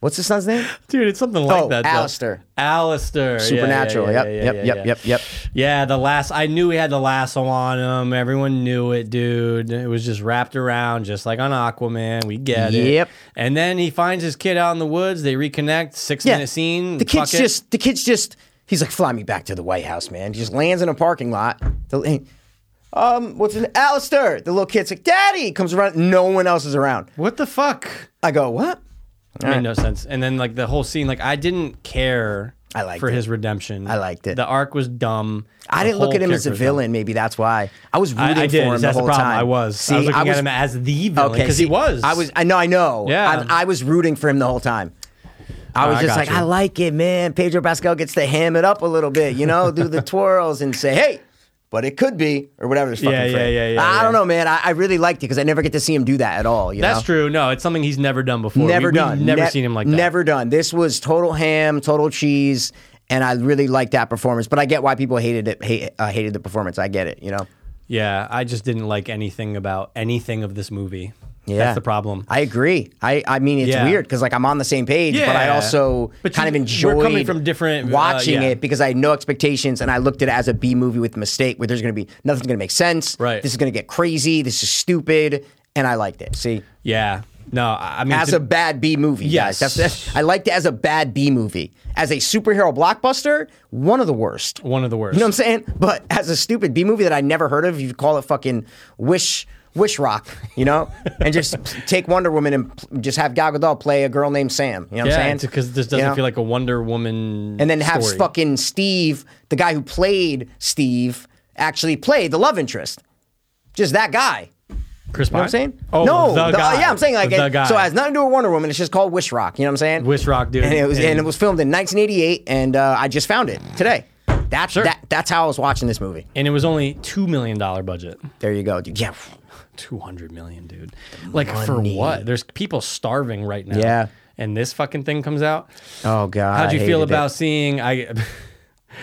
What's his son's name?
Dude, it's something like
Oh,
that. though.
Alistair.
Alistair. Yeah, yeah,
Supernatural.
yeah,
yep.
yeah,
yep.
yeah,
yep.
yeah.
Yep. Yep.
Yeah, the last I knew he had the lasso on him. Everyone knew it, dude. It was just wrapped around, just like on Aquaman. We get it.
Yep.
And then he finds his kid out in the woods. They reconnect. Six minute scene.
The kid's
Hmm, fuck it.
just the kid's just he's like, fly me back to the White House, man. He just lands in a parking lot. The- um, what's an Alistair? The little kid's like, Daddy comes around. No one else is around.
what the fuck?
I go, what?
Made no sense. And then like the whole scene, like I didn't care.
I liked
for
it.
his redemption.
I liked it.
The arc was dumb.
I
The
didn't look
whole
at him as
character
a
was dumb.
villain. Maybe that's why I was rooting
I, I
for him
did. That's
the
the
whole
problem.
time.
I was. I was looking at him as the villain
okay,
because
see,
he was.
I was. I know. I know.
Yeah. Oh,
I, I was rooting for him the whole time. I was
I
just
got
like,
you.
I like it, man. Pedro Pascal gets to ham it up a little bit, you know, do the twirls and say, hey, but it could be or whatever. This fucking
Yeah, yeah,
phrase.
yeah, yeah,
I
yeah.
don't know, man. I, I really liked it because I never get to see him do that at all. You
That's
know?
true. No, it's something he's never done before.
Never
we,
done.
We've never
Ne-
seen him like that.
Never done. This was total ham, total cheese, and I really liked that performance. But I get why people hated it. Hate, uh, hated the performance. I get it. You know.
Yeah, I just didn't like anything about anything of this movie.
Yeah,
that's the problem.
I agree. I, I mean, it's
Yeah.
weird because like I'm on the same page, but I
Yeah.
also
But
kind
you-
of
we're
enjoyed
coming from different, uh,
watching
yeah.
it because I had no expectations, and I looked at it as a B movie with mistake where there's going to be nothing's going to make sense.
Right.
This is going to get crazy. This is stupid, and I liked it. See,
Yeah, no, I I mean,
as
to-
a bad B movie.
Yes.
guys. That's, that's, I liked it as a bad B movie. As a superhero blockbuster, one of the worst.
one of the worst.
You know what I'm saying? But as a stupid B movie that I never heard of, you call it fucking Wish Wish Rock, you know, and just take Wonder Woman and pl- just have Gal Gadot play a girl named Sam. You know what
yeah,
I'm saying?
because this doesn't
You know?
feel like a Wonder Woman.
And then have
story.
fucking Steve, the guy who played Steve, actually play the love interest. Just that guy.
Chris
You know
Pine.
what I'm saying?
Oh,
no,
the
the-
guy.
yeah, I'm saying like
the
it-
guy.
so it has nothing to do with Wonder Woman. It's just called Wish Rock. You know what I'm saying?
Wish Rock, dude.
And it was and, it was filmed in 1988, and uh, I just found it today. That's that, that's how I was watching this movie.
and it was only two million dollar budget.
There you go, dude. Yeah,
Two hundred million, dude. Like for what? There's people starving right now.
Yeah.
and this fucking thing comes out.
Oh god.
How'd you
I
feel
hated it.
about seeing I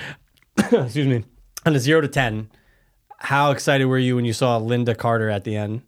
excuse me. On a zero to ten, how excited were you when you saw Linda Carter at the end?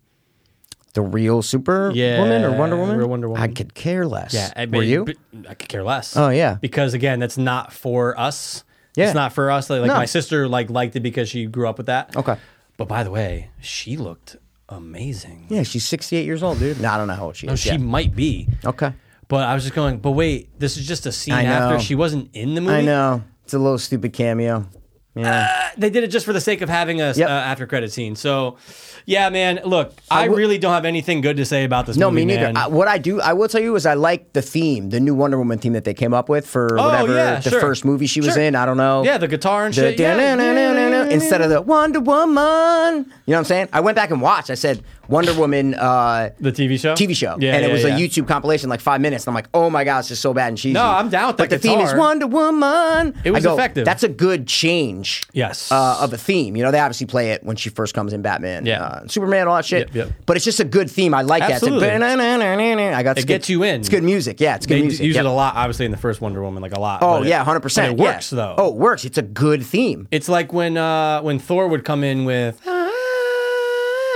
the real Super
Yeah,
Woman or Wonder Woman?
real Wonder Woman.
I could care less.
Yeah, I
were
mean,
you?
but I could care less.
Oh, yeah.
because again, that's not for us.
Yeah.
it's not for us. Like, like
No.
my sister like liked it because she grew up with that.
Okay.
but by the way, she looked amazing.
yeah, she's 68 years old, dude. No, I don't know how old she is.
She
yeah.
might be.
Okay.
But I was just going. But wait, this is just a scene
I know.
after she wasn't in the movie.
I know it's a little stupid cameo.
they did it just for the sake of having a
Yep.
uh, after credit scene. So, yeah, man. Look, I
would-
really don't have anything good to say about this.
No,
movie,
me neither.
man.
I, what I do, I will tell you, is I like the theme, the new Wonder Woman theme that they came up with for whatever
yeah,
the
sure.
first movie she was
Sure.
in. I don't know.
yeah, the guitar and
The
shit. Yeah.
da-na-na-na-na-na, Instead of the Wonder Woman, you know what I'm saying? I went back and watched. I said Wonder Woman uh,
the TV show.
TV show,
Yeah,
and it
yeah,
was
yeah.
a YouTube compilation, like five minutes. And I'm like, oh my god, it's just so bad and cheesy.
No, I'm down with
But
that
the theme is
guitar.
Wonder Woman.
It was
I go,
effective.
That's a good change.
Yes.
Uh, of a theme, you know, they obviously play it when she first comes in Batman,
Yeah.
uh, Superman, all that shit.
Yep, yep.
But it's just a good theme. I like
Absolutely.
that. It's a, I got it
gets you in.
It's good music. Yeah, it's good
they d-
music.
use
Yep.
it a lot, obviously, in the first Wonder Woman, like a lot.
Oh
but it-
yeah, hundred percent.
but It works though.
Oh, it works. It's a good theme.
it's like when uh when Thor would come in with. "Ah,"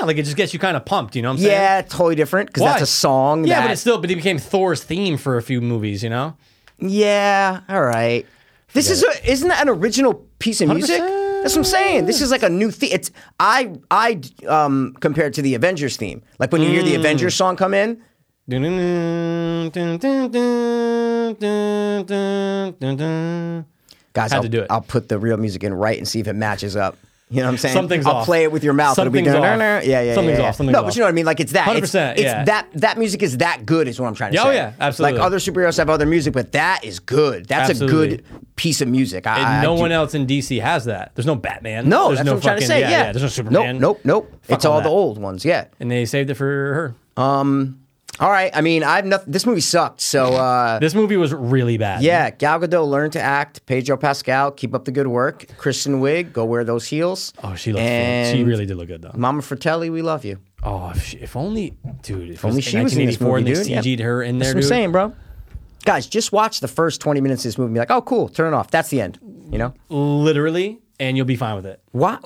Like it just gets you kind of pumped, you know what I'm saying?
Yeah, totally different because
Why?
that's a song.
Yeah,
that-
but it's still, but it became Thor's theme for a few movies, you know?
Yeah, all right. This is a, isn't that an original piece of music?
100%.
That's what I'm saying. This is like a new theme. It's I I um compared to the Avengers theme. Like when you hear the
Mm.
Avengers song come in, guys,
Had
I'll,
to do it.
I'll put the real music in right and see if it matches up. You know what I'm saying?
Something's
I'll
off.
play it with your mouth.
Something's
It'll
off.
be yeah, yeah, yeah,
Something's
yeah.
off, something's
no, but
off.
you know what I mean. Like it's that. It's,
100%,
it's
yeah.
that that music is that good. Is what I'm trying to
Oh,
say.
yeah, absolutely.
Like other superheroes have other music, but that is good. That's a
Absolutely.
good piece of music. I, I-
And
I
no
do-
one else in DC has that. There's no Batman.
No,
there's
that's
no
what I'm trying to say. Yeah.
there's no Superman.
Nope, nope, nope.
Fuck
it's
all
all
that.
the old ones. Yeah. Um,
And they saved it for her.
All right. I mean, I have nothing. This movie sucked. So uh,
This movie was really bad.
yeah, Gal Gadot learn to act. Pedro Pascal, keep up the good work. Kristen Wiig, go wear those heels.
Oh, she looked.
And
good. She really did look good though.
Mama Fratelli, we love you.
Oh, if, she, if only, dude. If, it
Only
was
she was in this
1984
movie, dude.
and they CG'd
Yeah.
her in there,
That's what I'm
dude.
saying, bro. Guys, just watch the first 20 minutes of this movie and be like, oh, cool, turn it off. That's the end. You know?
Literally, and you'll be fine with it.
Why?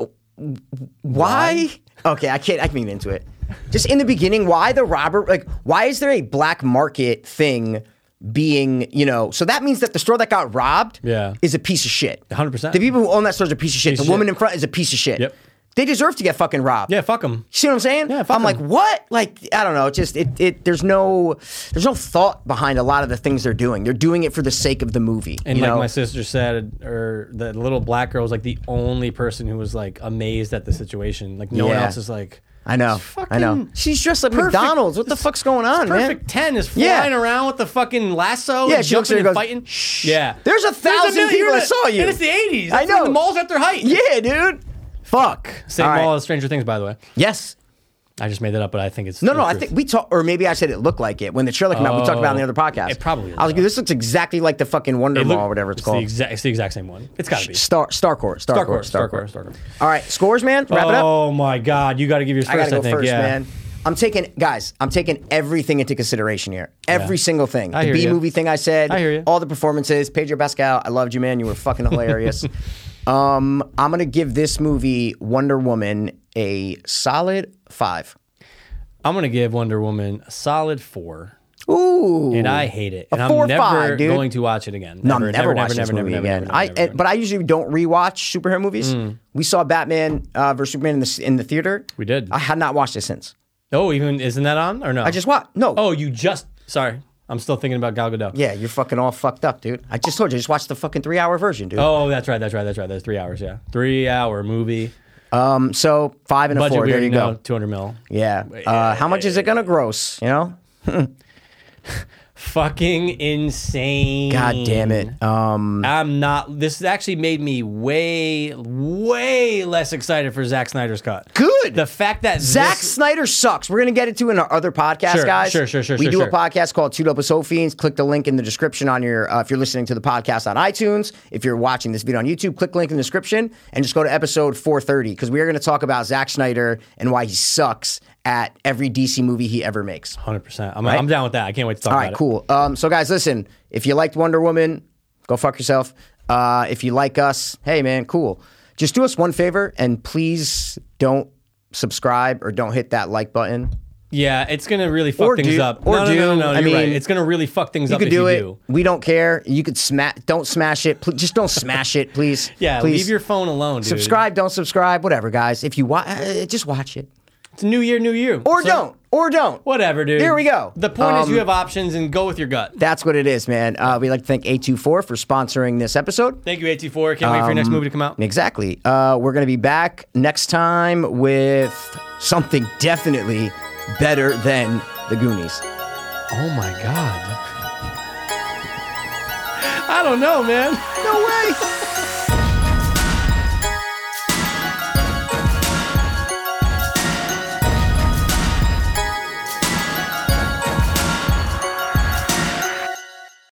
Why? Okay, I can't. I can get into it. Just in the beginning, why the robber? Like, why is there a black market thing being? You know, so that means that the store that got robbed,
Yeah.
is a piece of shit.
100%.
The people who own that store is a piece of shit.
of
the woman
shit.
in front is a piece of shit.
Yep.
They deserve to get fucking robbed.
Yeah, fuck them.
You see what I'm saying?
Yeah, fuck
I'm like,
'em.
what? Like, I don't know. It just it, it there's no there's no thought behind a lot of the things they're doing. They're doing it for the sake of the movie.
And
you
like
know?
my sister said, or the little black girl was like the only person who was like amazed at the situation. Like no one
Yeah.
else is like.
I know.
"This
I know.
fucking
She's dressed like
perfect-
McDonald's. What the
this-
fuck's going on, man?
Perfect ten is
Yeah.
flying around with the fucking lasso.
Yeah,
and
she looks
jumping
at her
and
and
fighting.
goes, "Shh,
Yeah,
there's a thousand
million-
people
you're
that
in a-
saw you."
And it's the eighties.
I know.
the mall's at their height.
Yeah, dude. Fuck.
same
All right.
mall as Stranger Things, by the way.
Yes.
I just made that up, but I think it's
No,
the
no. I
truth.
think we talked, or maybe I said it looked like it when the trailer came out. We talked about it on the
Oh.
other podcast.
It probably
I was like,
is.
this looks exactly like the fucking Wonder
It
Mall,
look-
or whatever it's,
The
called.
exact, it's the exact same one. It's got to be.
Star Star Court. Star
Star
Court.
Court,
Star
Star
Court.
Court, Star Court.
All right, scores, man. Wrap it up.
Oh my God! You got to give yours
I
first. I,
gotta go
think.
first,
yeah.
man. I'm taking guys. I'm taking everything into consideration here. Every single thing.
I
the
hear
B
ya.
movie thing I said.
I hear ya.
All the performances. Pedro Pascal. I loved you, man. You were fucking hilarious. um, I'm gonna give this movie Wonder Woman a solid five.
I'm gonna give Wonder Woman a solid four,
Ooh.
and I hate it. And i
four,
I'm never
five, dude.
going to watch it again.
No, I'm never, watching this movie again. I,
never, never.
and- but I usually don't rewatch superhero movies. We saw Batman uh, versus Superman in the, s- in the theater.
We did.
I had not watched it since.
oh, even isn't that on or no?
I just watched. No.
Oh, you just. Sorry, I'm still thinking about Gal Gadot.
Yeah, you're fucking all fucked up, dude. I just told you, just watch the fucking three hour version, dude.
Oh, that's right. That's right. That's right. That's three hours. Yeah, three hour movie.
Um, so five and a
Budget
four.
we
There
already
you
know.
go.
Two hundred mil.
Yeah. Uh, how much is it gonna gross? You know.
Fucking insane.
God damn
Mm.
it. Um,
I'm not. This actually made me way, way less excited for Zack Snyder's cut.
Good.
The fact that
Zack
this-
Snyder sucks. We're gonna get it to in our other podcast,
Sure,
guys.
sure, sure, sure,
We
sure,
do a
sure.
podcast called Two Dope Sophians. Click the link in the description on your uh, if you're listening to the podcast on iTunes. If you're watching this video on YouTube, click the link in the description and just go to episode 430 because we are gonna talk about Zack Snyder and why he sucks at every DC movie he ever makes.
Hundred percent. I'm, I'm down with that. I can't wait to talk
All
about
right,
it.
cool. Um, so, guys, listen. If you liked Wonder Woman, go fuck yourself. Uh, if you like us, hey man, cool. Just do us one favor and please don't subscribe or don't hit that like button.
Yeah, it's gonna really fuck
Or
things
do-
up.
or
no, no, no,
do.
no, no,
I
you're right.
mean,
It's gonna really fuck things
You
up
could
if
do
you
it.
do.
We don't care. You could smash. Don't smash it. Please, just don't smash it, please.
Yeah,
please.
leave your phone alone, dude.
subscribe. Don't subscribe. Whatever, guys. If you watch, uh, just watch it
It's new year, new you.
or
So-
don't or don't.
Whatever, dude.
There we go.
The point is
Um,
you have options and go with your gut.
That's what it is, man. Uh, we'd like to thank A24 for sponsoring this episode.
Thank you, AT4. Can't wait for your
Um,
next movie to come out.
Exactly. Uh, we're going to be back next time with something definitely better than the Goonies.
Oh my god. I don't know, man.
No way.